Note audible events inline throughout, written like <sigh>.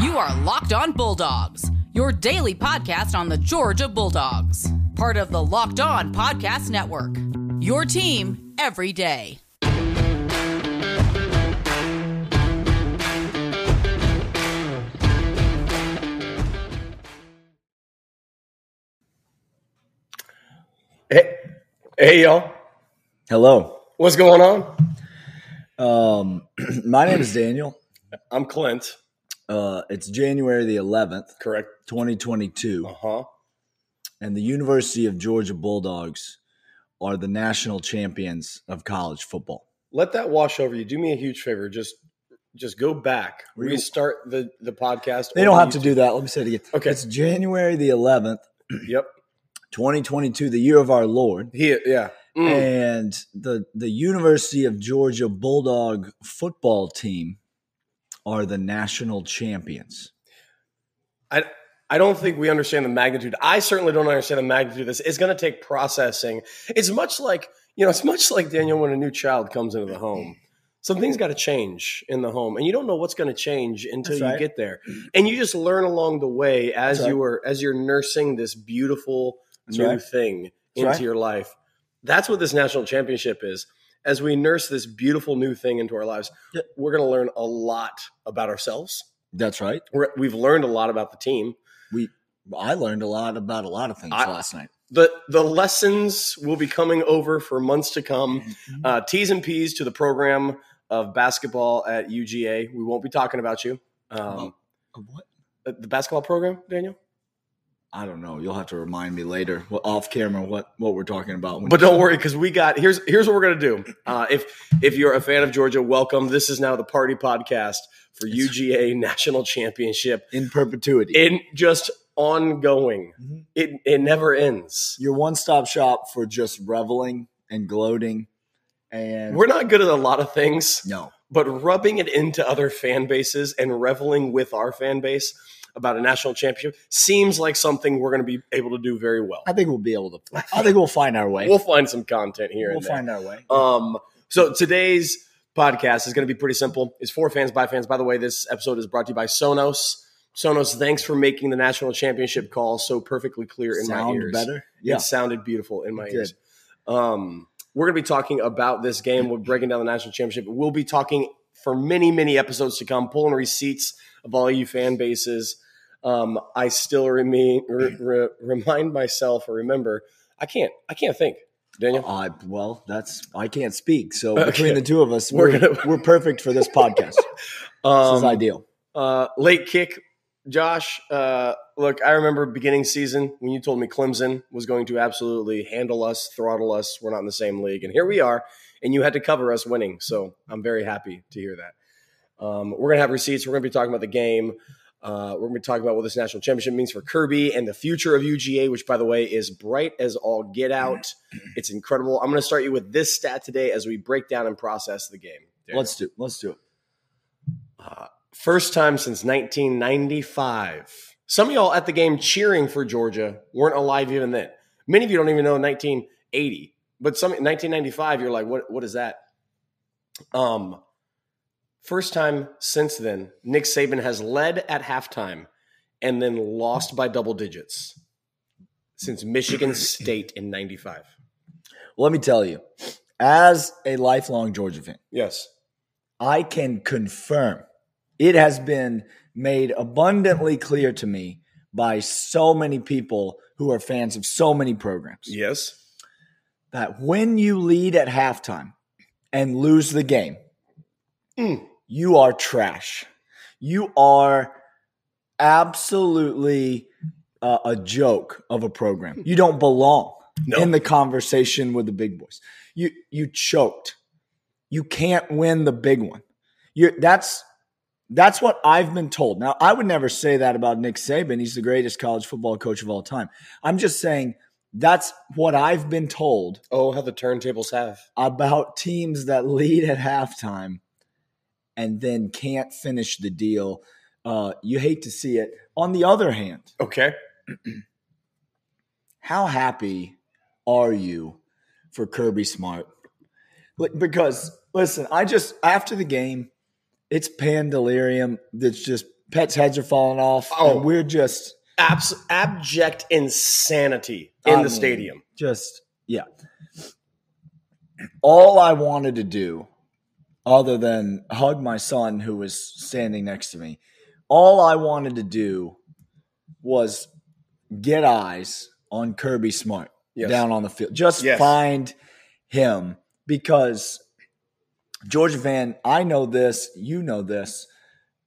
You are Locked On Bulldogs, your daily podcast on the Georgia Bulldogs, part of the Locked On Podcast Network. Your team every day. Hey, hey, y'all. Hello. What's going on? Um, <clears throat> my name is Daniel. I'm Clint. Uh, it's January the 11th, Correct. 2022, Uh huh. and the University of Georgia Bulldogs are the national champions of college football. Let that wash over you. Do me a huge favor. Just, just go back, Re- restart the the podcast. They don't have to do that. Let me say it again. Okay. It's January the 11th, Yep. 2022, the year of our Lord. He. Yeah. Hmm. Mm. And the the University of Georgia Bulldog football team are the national champions. I. I don't think we understand the magnitude. I certainly don't understand the magnitude of this. It's going to take processing. It's much like you know. It's much like Daniel when a new child comes into the home. Something's got to change in the home, and you don't know what's going to change until That's you right. get there. And you just learn along the way as That's right. you are as you're nursing this beautiful That's new right. thing into right. your life. That's what this national championship is. As we nurse this beautiful new thing into our lives, Yeah. we're going to learn a lot about ourselves. That's right. We're, we've learned a lot about the team. I learned a lot about a lot of things I- last night. The, the lessons will be coming over for months to come. Uh, T's and P's to the program of basketball at UGA. We won't be talking about you. Um, uh, What? The basketball program, Daniel? I don't know. You'll have to remind me later, wh- off camera, what what we're talking about. when- But uh, don't worry, because we got here's here's what we're gonna do. Uh, if if you're a fan of Georgia, welcome. This is now the party podcast for UGA national championship in perpetuity, in just ongoing. Mhm. It it never ends. your one stop shop for just reveling and gloating, and We're not good at a lot of things, no, but rubbing it into other fan bases and reveling with our fan base about a national championship seems like something we're gonna be able to do very well. I think we'll be able <laughs> to. I think we'll find our way. We'll find some content here. We'll and there. find our way. Um, so today's podcast is going to be pretty simple. It's for fans by fans. By the way, this episode is brought to you by Sonos. Sonos, thanks for making the national championship call so perfectly clear in my Sound ears. better? Yeah, It sounded beautiful in my It ears. Um, we're going to be talking about this game. We're breaking down the national championship. We'll be talking for many, many episodes to come, pulling receipts of all you fan bases. Um, I still remain, re- re- remind myself or remember. I can't. I can't think. Daniel, I well, that's I can't speak. So Okay. between the two of us, We're we're we're, gonna- perfect for this podcast. this is Um, ideal. Uh, late kick, Josh. Uh, look, I remember beginning season when you told me Clemson was going to absolutely handle us, throttle us. We're not in the same league, and here we are. And you had to cover us winning, so I'm very happy to hear that. Um, we're gonna have receipts. We're gonna be talking about the game. Uh, we're gonna be talking about what this national championship means for Kirby and the future of UGA, which, by the way, is bright as all get out. It's incredible. I'm gonna start you with this stat today as we break down and process the game. Let's do. Let's do it. First time since 1995. Some of y'all at the game cheering for Georgia weren't alive even then. Many of you don't even know 1980, but some 1995. You're like, what? What is that? Um, first time since then, Nick Saban has led at halftime and then lost by double digits since Michigan State in '95. Let me tell you, as a lifelong Georgia fan. Yes, I can confirm it has been made abundantly clear to me by so many people who are fans of so many programs yes, that when you lead at halftime and lose the game, Mm. you are trash. You are absolutely uh, a joke of a program. You don't belong No. in the conversation with the big boys. You you choked. You can't win the big one. You that's that's what I've been told. Now, I would never say that about Nick Saban. He's the greatest college football coach of all time. I'm just saying that's what I've been told Oh, how the turntables have. about teams that lead at halftime and then can't finish the deal. Uh, you hate to see it. On the other hand, Okay. how happy are you for Kirby Smart? Like, Because listen, I just after the game, it's pan delirium that's just pets' heads are falling off. Oh. and we're just Abs- abject insanity in I the mean, stadium. just yeah. All I wanted to do, other than hug my son who was standing next to me, all I wanted to do was get eyes on Kirby Smart Yes. down on the field. Just Yes. find him because George Van, I know this, you know this.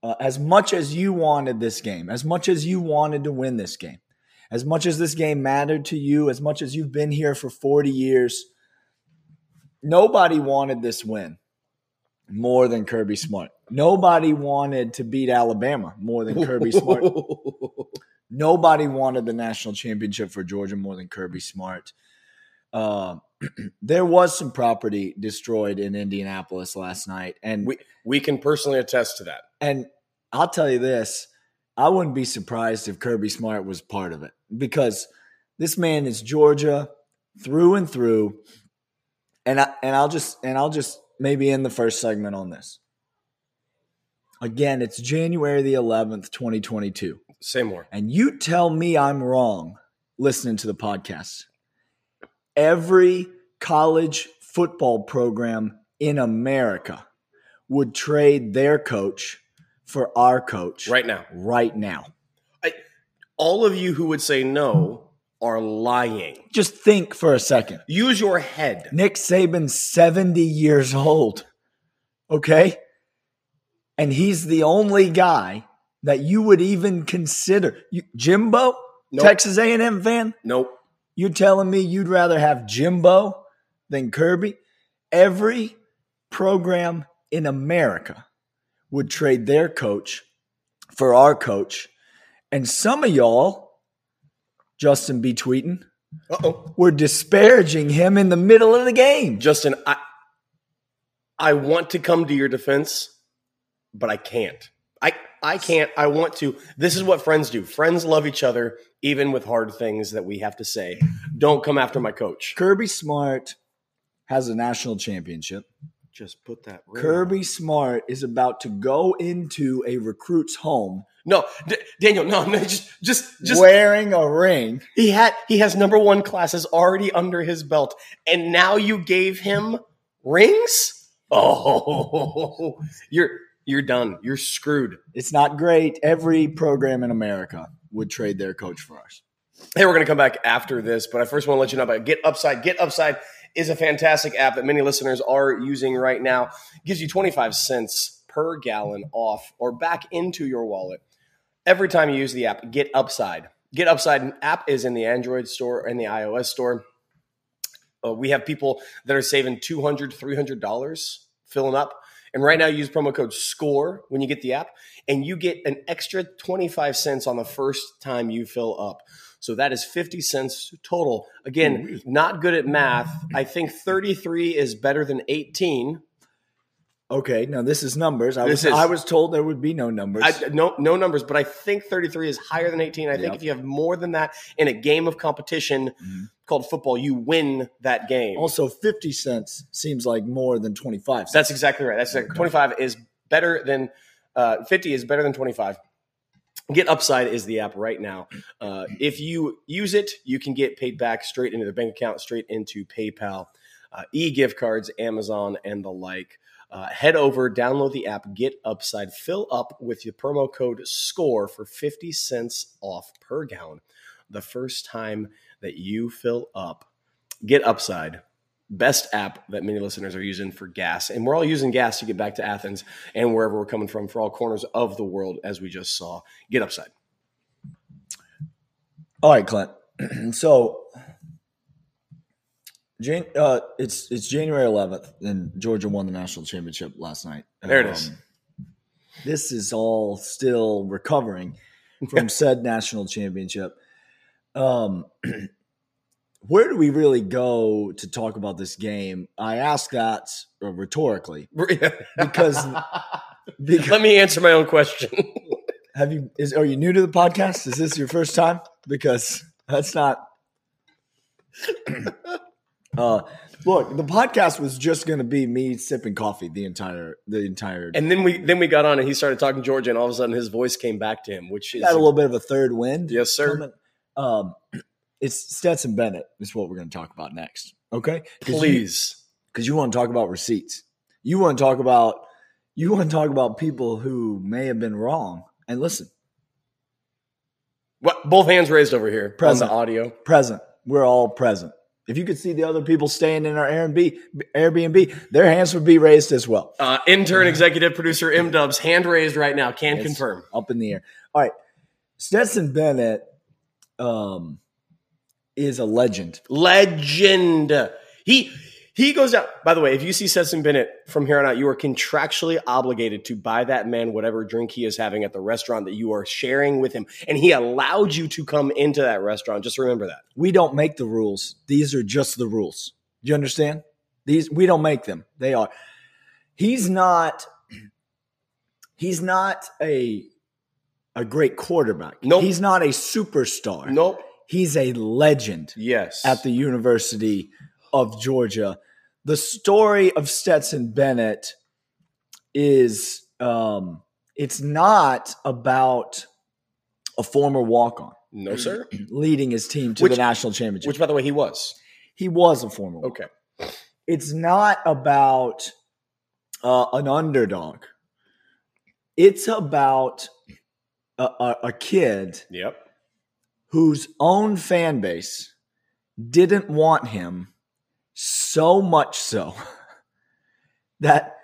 Uh, as much as you wanted this game, as much as you wanted to win this game, as much as this game mattered to you, as much as you've been here for 40 years, nobody wanted this win more than Kirby Smart. Nobody wanted to beat Alabama more than Kirby Smart nobody wanted the national championship for Georgia more than Kirby Smart. Uh, <clears throat> there was some property destroyed in Indianapolis last night, and We we can personally attest to that. and I'll tell you this, I wouldn't be surprised if Kirby Smart was part of it because this man is Georgia through and through. And I and I'll just and I'll just maybe end the first segment on this. Again, it's January the 11th, 2022 Say more. and you tell me I'm wrong listening to the podcast. Every college football program in America would trade their coach for our coach Right now, right now. all of you who would say no are lying. Just think for a second. Use your head. Nick Saban's 70 years old. Okay? And he's the only guy that you would even consider. You, Jimbo, Nope. Texas A&M fan, Nope. You're telling me you'd rather have Jimbo than Kirby? Every program in America would trade their coach for our coach. And some of y'all, Justin B. Tweetin, Uh oh. were disparaging him in the middle of the game. Justin, I I want to come to your defense, but I can't. I I can't. I want to. This is what friends do. Friends love each other, even with hard things that we have to say. Don't come after my coach. Kirby Smart has a national championship. Just put that. ring Kirby Smart is about to go into a recruit's home on. No, D- Daniel. No, no. Just, just, just. wearing a ring. He had. He has number one classes already under his belt, and now you gave him rings. Oh, <laughs> you're you're done. You're screwed. It's not great. Every program in America would trade their coach for us. Hey, we're going to come back after this, but I first want to let you know about Get Upside. Get Upside is a fantastic app that many listeners are using right now. Gives you 25 cents per gallon off or back into your wallet every time you use the app. Get Upside. Get Upside app is in the Android store and the iOS store. Uh, we have people that are saving $200, $300 filling up. And right now, use promo code SCORE when you get the app, and you get an extra 25 cents on the first time you fill up. So that is 50 cents total. Again, not good at math. I think 33 is better than 18. Okay, now this is numbers. I This was is- I was told there would be no numbers. I, no, no numbers, but I think 33 is higher than 18. I think Yep. if you have more than that in a game of competition Mhm. called football, you win that game. also, fifty cents seems like more than twenty five. That's exactly right. That's exactly, 25 is better than uh, 50 is better than 25. Get Upside is the app right now. Uh, if you use it, you can get paid back straight into the bank account, straight into PayPal, uh, e gift cards, Amazon, and the like. Uh, head over, download the app, get Upside, fill up with your promo code SCORE for 50 cents off per gallon the first time that you fill up. Get Upside best app that many listeners are using for gas. And we're all using gas to get back to Athens and wherever we're coming from for all corners of the world, as we just saw. Get upside. <laughs> All right, Clint. <clears throat> so, Jan- uh, it's it's January eleventh, and Georgia won the national championship last night. Um, There it is. This is all still recovering from said national championship. Um, <clears throat> where do we really go to talk about this game? I ask that uh, rhetorically <laughs> because because Let me answer my own question. <laughs> Have you is are you new to the podcast? Is this your first time? Because that's not <clears throat> Uh, look, the podcast was just going to be me sipping coffee the entire the entire. And then we then we got on and he started talking Georgia, and all of a sudden his voice came back to him, which is Got a little bit of a third wind. yes, sir. coming. Um, <clears throat> it's Stetson Bennett. Is what we're going to talk about next. Okay, 'Cause you- Please, because you want to talk about receipts. You want to talk about you want to talk about people who may have been wrong. And listen, what, both hands raised over here Present. on the audio. present. We're all present. If you could see the other people staying in our Airbnb, Airbnb, their hands would be raised as well. Uh, intern executive producer M Dubs, hand raised right now, can It's confirm. Up in the air. All right. Stetson Bennett um, is a legend. Legend. He he goes out. By the way, if you see Stetson Bennett from here on out, you are contractually obligated to buy that man whatever drink he is having at the restaurant that you are sharing with him, and he allowed you to come into that restaurant. Just remember that. We don't make the rules. These are just the rules. Do you understand? These we don't make them. They are. He's not he's not a a great quarterback. Nope. He's not a superstar. Nope. He's a legend. Yes. at the University of Georgia. The story of Stetson Bennett is um, it's not about a former walk on no, sir. leading his team to the Which- national <clears throat> championship. Which, by the way, he was. he was a former. walk-on. Okay. It's not about uh, an underdog. It's about a, a, a kid Yep. whose own fan base didn't want him so much so that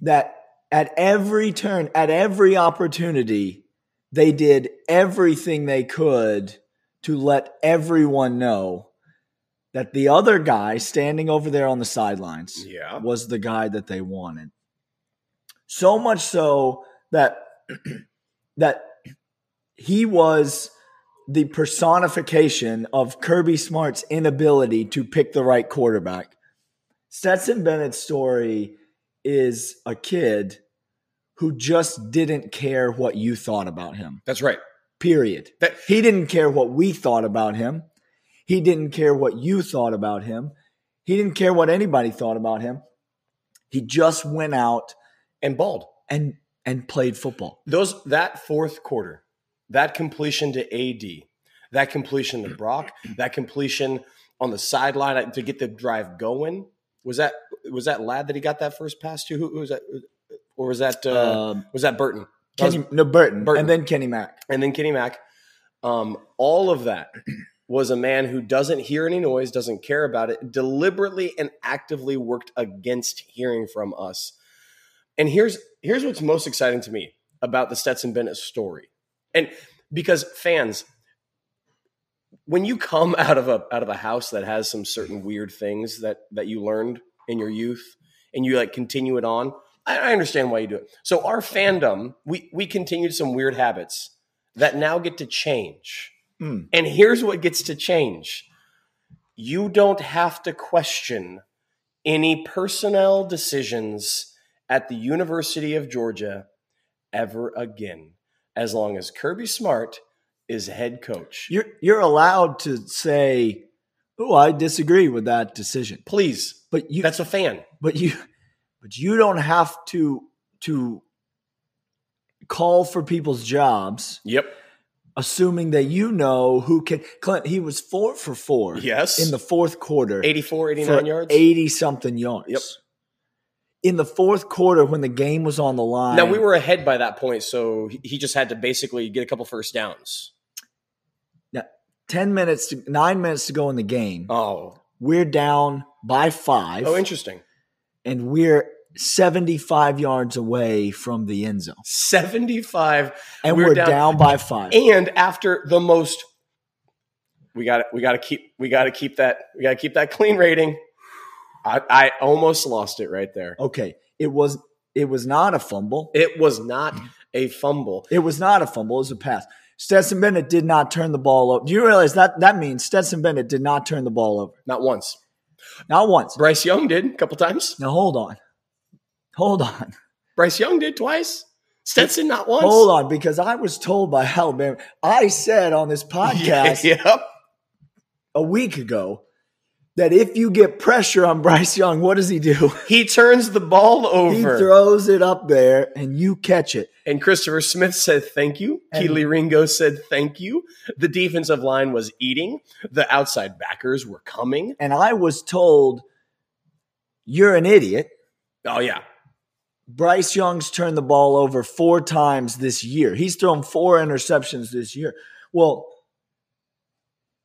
that at every turn at every opportunity they did everything they could to let everyone know that the other guy standing over there on the sidelines Yeah. was the guy that they wanted. So much so that <clears throat> that he was the personification of Kirby Smart's inability to pick the right quarterback. Stetson Bennett's story is a kid who just didn't care what you thought about him. That's right. Period. That- he didn't care what we thought about him. He didn't care what you thought about him. He didn't care what anybody thought about him. He just went out And bald. and and played football. Those that fourth quarter, that completion to AD, that completion to Brock, that completion on the sideline to get the drive going. Was that was that lad that he got that first pass to? Who, who was that? Or was that uh, um, was that Burton? That was- Kenny no, Burton, Burton. and then Kenny Mack. and then Kenny Mack. Um, all of that was a man who doesn't hear any noise, doesn't care about it, deliberately and actively worked against hearing from us. And here's here's what's most exciting to me about the Stetson Bennett story, and because fans, when you come <laughs> out of a out of a house that has some certain weird things that that you learned in your youth, and you like continue it on, I, I understand why you do it. So our fandom, we we continued some weird habits that now get to change. Mm. And here's what gets to change you don't have to question any personnel decisions at the University of Georgia ever again, as long as Kirby Smart is head coach. You're you're allowed to say, "Oh, I disagree with that decision," Please, but you that's a fan. but you but you don't have to to call for people's jobs Yep. assuming that you know who can clint he was four for four Yes. in the fourth quarter 84, 89 for yards. 80 something yards Yep. in the fourth quarter when the game was on the line Now we were ahead by that point, so he- he just had to basically get a couple first downs. 10 minutes to, 9 minutes to go in the game Oh, we're down by 5 oh, interesting. and we're 75 yards away from the end zone Seventy-five and We're we're, down- down, by 5 and after the most we got we got to keep we got to keep that we got to keep that clean rating I, I almost lost it right there okay it was it was not a fumble it was not a fumble It was not a fumble. It was a pass. Stetson Bennett did not turn the ball over. Do you realize that that means Stetson Bennett did not turn the ball over? not once Not once. bryce young did a couple times Now hold on. Hold on. bryce young did twice stetson not once Hold on, because I was told by Alabama. <laughs> I said on this podcast yep a week ago that if you get pressure on Bryce Young, what does he do? He turns the ball he over. throws it up there and you catch it. and Christopher Smith said thank you. And- Keely Ringo said thank you. The defensive line was eating. The outside backers were coming. And I was told, you're an idiot. Oh, yeah. Bryce Young's turned the ball over four times this year. He's thrown four interceptions this year. Well,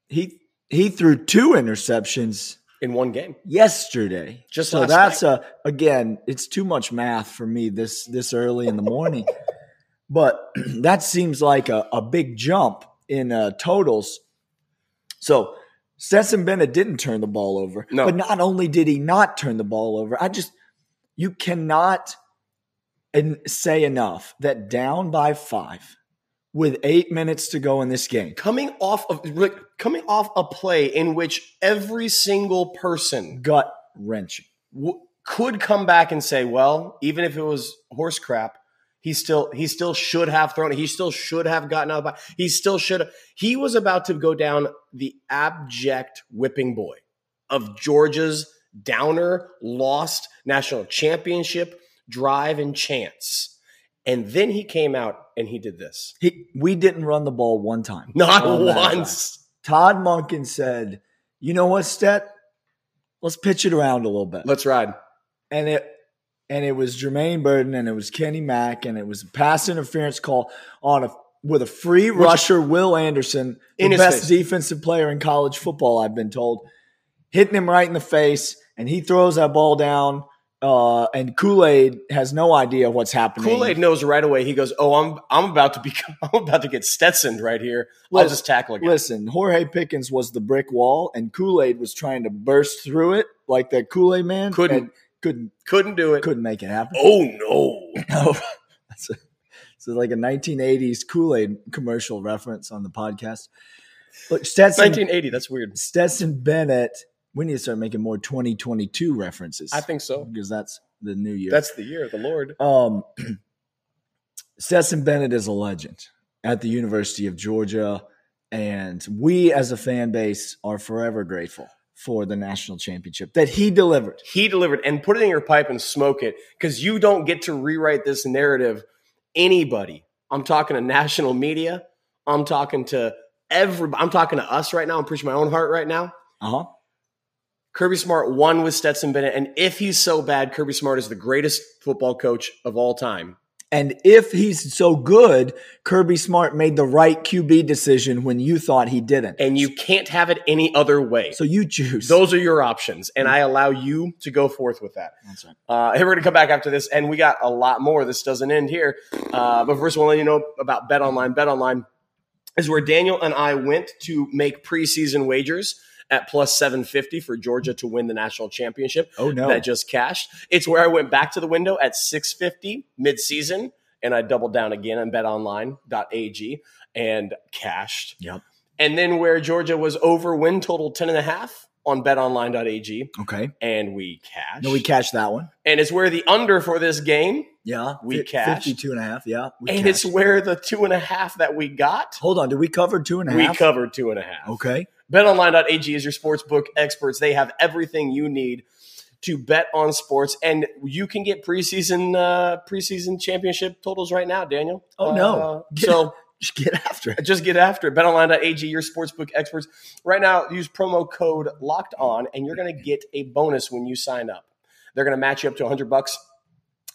he he threw two interceptions In one game. yesterday. Just so last that's a again, it's too much math for me this this early in the morning. <laughs> but <clears throat> that seems like a, a big jump in uh, totals. So Stetson Bennett didn't turn the ball over. No. But not only did he not turn the ball over, I just you cannot and say enough that down by five with eight minutes to go in this game. Coming off of like, coming off a play in which every single person Gut wrenching. w- could come back and say, well, even if it was horse crap, he still he still should have thrown it. He still should have gotten out of the He still should. He was about to go down the abject whipping boy of Georgia's downer lost national championship drive and chance. And then he came out and he did this. <laughs> He, we didn't run the ball one time. Not On that drive. once. Todd Munkin said, "You know what, Stet? Let's pitch it around a little bit." Let's ride. And it and it was Jermaine Burton and it was Kenny Mack and it was a pass interference call on a with a free Which- rusher, Will Anderson, In the his best face. defensive player in college football, I've been told, hitting him right in the face, and he throws that ball down. Uh, and Kool Aid has no idea what's happening. Kool Aid knows right away. He goes, "Oh, I'm I'm about to become <laughs> I'm about to get Stetsoned right here. I'll Listen- just tackle again." Listen, Jorge Pickens was the brick wall, and Kool Aid was trying to burst through it like that Kool Aid man. Couldn't. and couldn't Couldn't do it. couldn't make it happen. <laughs> Oh no. No, that's a, it's like a 1980s Kool Aid commercial reference on the podcast. Look, Stetson 1980. That's weird. Stetson Bennett. We need to start making more 2022 references. I think so. because that's the new year. That's the year of the Lord. Um, <clears throat> Stetson Bennett is a legend at the University of Georgia, and we as a fan base are forever grateful for the national championship that he delivered. He delivered and put it in your pipe and smoke it because you don't get to rewrite this narrative. Anybody. I'm talking to national media. I'm talking to everybody. I'm talking to us right now. I'm preaching my own heart right now. Uh huh. Kirby Smart won with Stetson Bennett. And if he's so bad, Kirby Smart is the greatest football coach of all time. And if he's so good, Kirby Smart made the right QB decision when you thought he didn't. And you can't have it any other way. so you choose. Those are your options. And I allow you to go forth with that. Mm-hmm. That's right. Uh, and we're going to come back after this, and we got a lot more. This doesn't end here. Uh, but first, I want to let you know about Bet Online. Bet Online is where Daniel and I went to make preseason wagers at plus 750 for Georgia to win the national championship Oh no. that just cashed. It's where I went back to the window at 650 midseason, and I doubled down again on betonline.ag and cashed. Yep. And then where Georgia was over win total 10.5 on betonline.ag, okay. and we cashed No, we catch that one. and it's where the under for this game, Yeah. We Fi- cashed. 52 and a half. Yeah. We and it's cashed. where the two and a half that we got, Hold on. Did we cover two and a half? we covered two and a half. Okay. <laughs> BetOnline.ag is your sportsbook experts. They have everything you need to bet on sports, and you can get preseason uh, preseason championship totals right now, Daniel. Oh, no. Uh, <laughs> so Just get after it. just get after it. BetOnline.ag, your sportsbook experts. Right now, use promo code Locked On, and you're going to get a bonus when you sign up. They're going to match you up to 100 bucks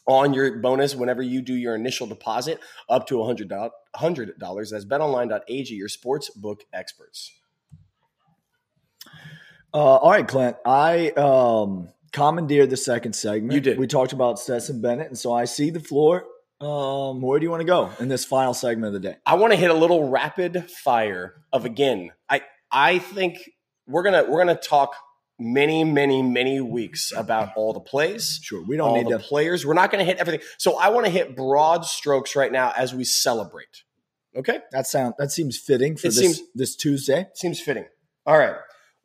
on your bonus whenever you do your initial deposit, up to 100 dollars. That's BetOnline.ag, your sportsbook experts. Uh, all right, Clint. I um, commandeered the second segment. You did. We talked about Stetson Bennett, and so I see the floor. Um, where do you want to go in this final segment of the day? I want to hit a little rapid fire of again. I I think we're gonna we're gonna talk many many many weeks about all the plays. Sure. We don't all need the to. players. We're not going to hit everything. So I want to hit broad strokes right now as we celebrate. Okay, That sound that seems fitting for It this seems- this Tuesday. seems fitting. All right,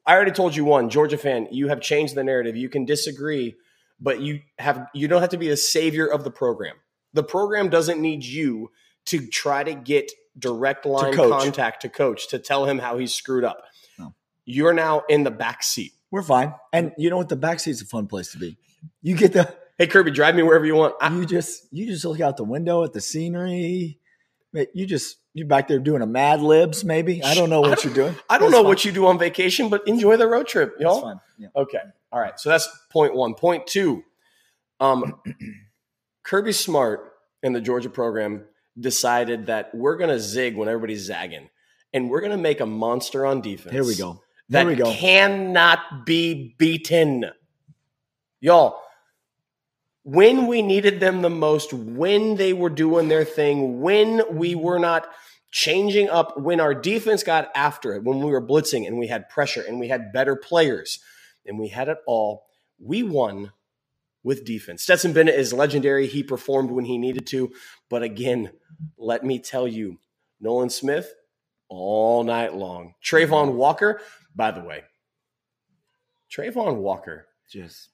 I already told you one Georgia fan. You have changed the narrative. You can disagree, but you have you don't have to be the savior of the program. The program doesn't need you to try to get direct line coach. contact to coach to tell him how he's screwed up. No. You're now in the back seat. We're fine. And you know what? The backseat's a fun place to be. You get the Hey Kirby, drive me wherever you want. I, you just you just look out the window at the scenery. Ma- You just you back there doing a Mad Libs, maybe. I don't know what you're doing. I don't That's know fine. what you do on vacation, but enjoy the road trip, That's y'all. fine. Yeah. Okay. All right. So that's point one. Point two. Um, <clears throat> Kirby Smart and the Georgia program decided that we're going to zig when everybody's zagging, and we're going to make a monster on defense. Here we go. That Here we go. cannot be beaten. Y'all, when we needed them the most, when they were doing their thing, when we were not changing up, when our defense got after it, when we were blitzing and we had pressure and we had better players and we had it all, we won with defense. Stetson Bennett is legendary. He performed when he needed to. But again, let me tell you, Nolan Smith all night long. Trayvon Walker, by the way, Trayvon Walker, Just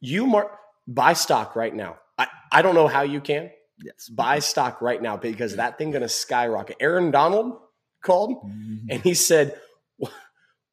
you mark buy stock right now. I, I don't know how you can yes. buy stock right now because that thing going to skyrocket. Aaron Donald called Mm-hmm. and he said, "Wh-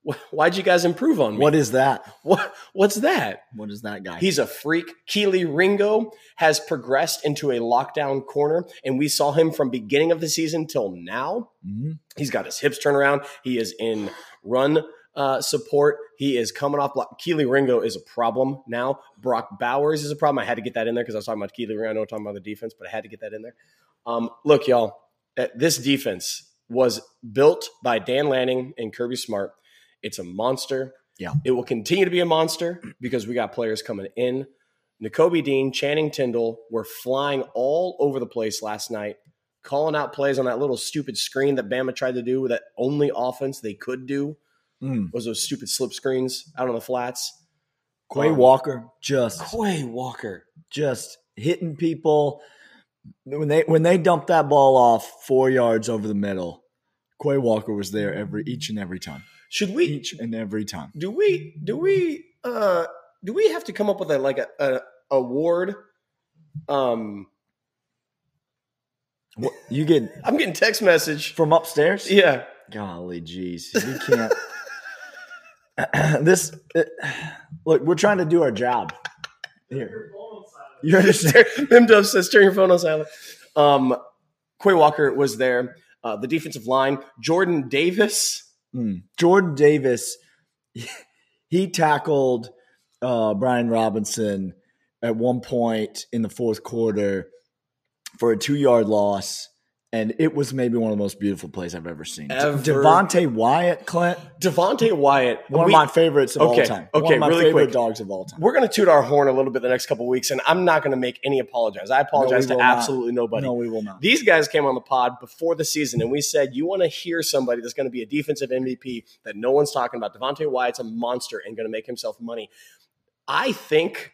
wh- "Why'd you guys improve on me? What is that? what what's that?" What is that guy? He's a freak. Keely Ringo has progressed into a lockdown corner, and we saw him from beginning of the season till now. Mhm. He's got his hips turned around. He is in run uh, support. He is coming off block. Keely Ringo is a problem now. Brock Bowers is a problem. I had to get that in there because I was talking about Keely Ringo. I know I'm talking about the defense, but I had to get that in there. Um, look, y'all, uh, this defense was built by Dan Lanning and Kirby Smart. It's a monster. Yeah. It will continue to be a monster because we got players coming in. N'Kobe Dean, Channing Tindall were flying all over the place last night calling out plays on that little stupid screen that Bama tried to do that only offense they could do Mm. was those stupid slip screens out on the flats. Quay Um, Walker just Quay Walker. just hitting people. When they when they dumped that ball off four yards over the middle, Quay Walker was there every each and every time. Should we Each and every time. do we do we uh do we have to come up with a like a, a award? Um What, you get I'm getting text message. from upstairs? Yeah. Golly, jeez, you can't. <laughs> this it, look, we're trying to do our job here. You understand? Mim Dove says turn your phone on silent. Um Quay Walker was there. Uh, the defensive line, Jordan Davis. Mm. Jordan Davis, he tackled uh, Brian Robinson at one point in the fourth quarter for a two yard loss. And it was maybe one of the most beautiful plays I've ever seen. Ever. Devontae Wyatt, Clint, Devontae Wyatt. one we- of my favorites of Okay, all time. one okay, of my really favorite quick. dogs of all time. we're going to toot our horn a little bit the next couple weeks, and I'm not going to make any apologize. I apologize will to not. absolutely nobody. No, we will not. These guys came on the pod before the season, and we said, You want to hear somebody that's going to be a defensive MVP that no one's talking about. Devontae Wyatt's a monster and going to make himself money. I think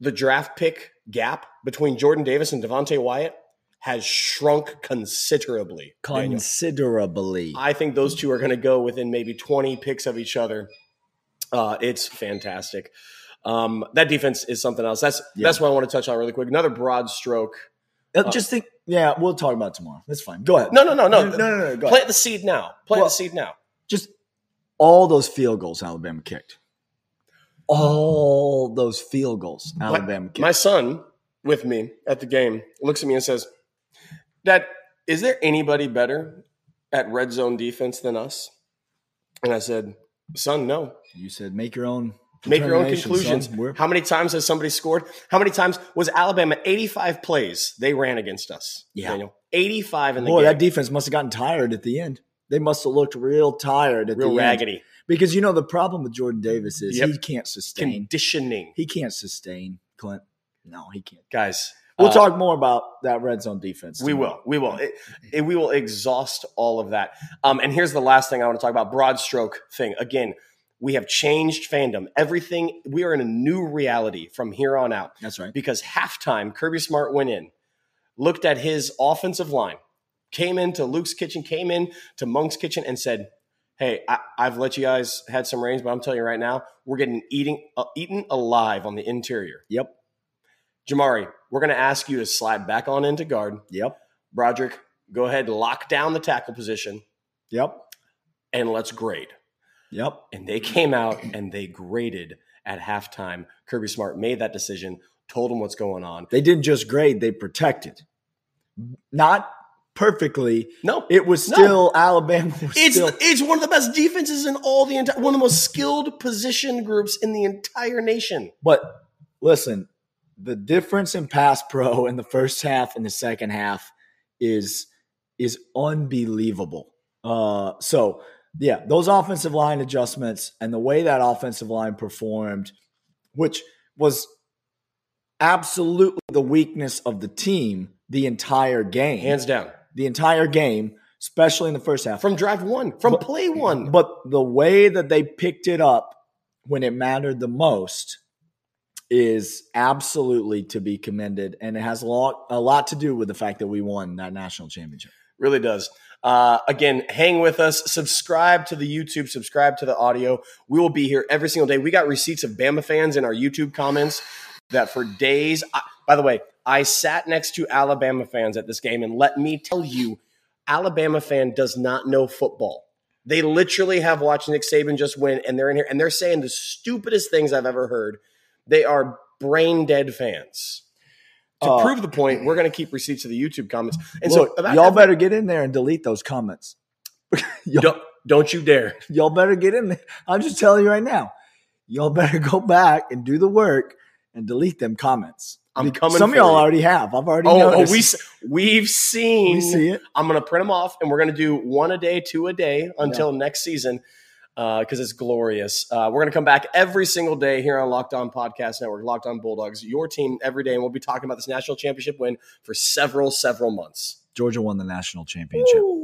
the draft pick gap between Jordan Davis and Devontae Wyatt has shrunk considerably. Daniel. Considerably. I think those two are going to go within maybe 20 picks of each other. Uh, it's fantastic. Um, that defense is something else. That's Yeah. that's what I want to touch on really quick. Another broad stroke. Uh, Just think, yeah, we'll talk about it tomorrow. That's fine. Go ahead. No, no, no, no, no, no, no, go ahead. Plant the seed now. Plant Well- the seed now. just all those field goals Alabama kicked. All those field goals My- Alabama kicked. My son with me at the game looks at me and says, "Dad, is there anybody better at red zone defense than us?" And I said, "Son, no. you said make your own Make your own determinations, son. conclusions. We're- How many times has somebody scored? How many times was Alabama 85 plays they ran against us? Yeah. Daniel? 85 in the boy, game. that defense must have gotten tired at the end. They must have looked real tired at Real the end. raggedy. Because you know the problem with Jordan Davis is Yep. he can't sustain. Conditioning. he can't sustain Clint. No, he can't. Guys, We'll uh, talk more about that red zone defense. We tomorrow. will. We will. It- it- we will exhaust all of that. Um, and here's the last thing I want to talk about broad stroke thing. Again, we have changed fandom. Everything, we are in a new reality from here on out. That's right. because halftime, Kirby Smart went in, looked at his offensive line, came into Luke's kitchen, came in to Monk's kitchen, and said, "Hey, I, I've let you guys had some rains, but I'm telling you right now, we're getting eating uh, eaten alive on the interior." Yep. Jamari, we're going to ask you to slide back on into guard. Yep. Broderick, go ahead, lock down the tackle position, Yep. and let's grade. Yep. And they came out and they graded at halftime. Kirby Smart made that decision, told him what's going on. They didn't just grade, they protected. Not perfectly. No, It was No. still Alabama was It's still it's one of the best defenses in all the entire one of the most skilled position groups in the entire nation. But listen, the difference in pass pro in the first half and the second half is is unbelievable. Uh, so yeah, those offensive line adjustments and the way that offensive line performed, which was absolutely the weakness of the team the entire game, Hands down. the entire game, especially in the first half. From drive one, from But- play one. But the way that they picked it up when it mattered the most is absolutely to be commended, and it has a lot a lot to do with the fact that we won that national championship. Really does. Uh, again, hang with us. Subscribe to the YouTube. Subscribe to the audio. We will be here every single day. We got receipts of Bama fans in our YouTube comments that for days. I, by the way, I sat next to Alabama fans at this game, and let me tell you, Alabama fan does not know football. They literally have watched Nick Saban just win, and they're in here and they're saying the stupidest things I've ever heard. They are brain dead fans. To Uh, prove the point, we're going to keep receipts of the YouTube comments. And Look, so, about y'all every- better get in there and delete those comments. <laughs> don't, don't you dare. Y'all better get in there. I'm just telling you right now. Y'all better go back and do the work and delete them comments. I'm Be- coming Some for of y'all you. already have. I've already. Oh, oh noticed. we, s- we've seen. we see it. I'm going to print them off and we're going to do one a day, two a day until next season because it's glorious. Uh, we're going to come back every single day here on Locked On Podcast Network, Locked On Bulldogs, your team every day. And we'll be talking about this national championship win for several, several months. Georgia won the national championship. Woo.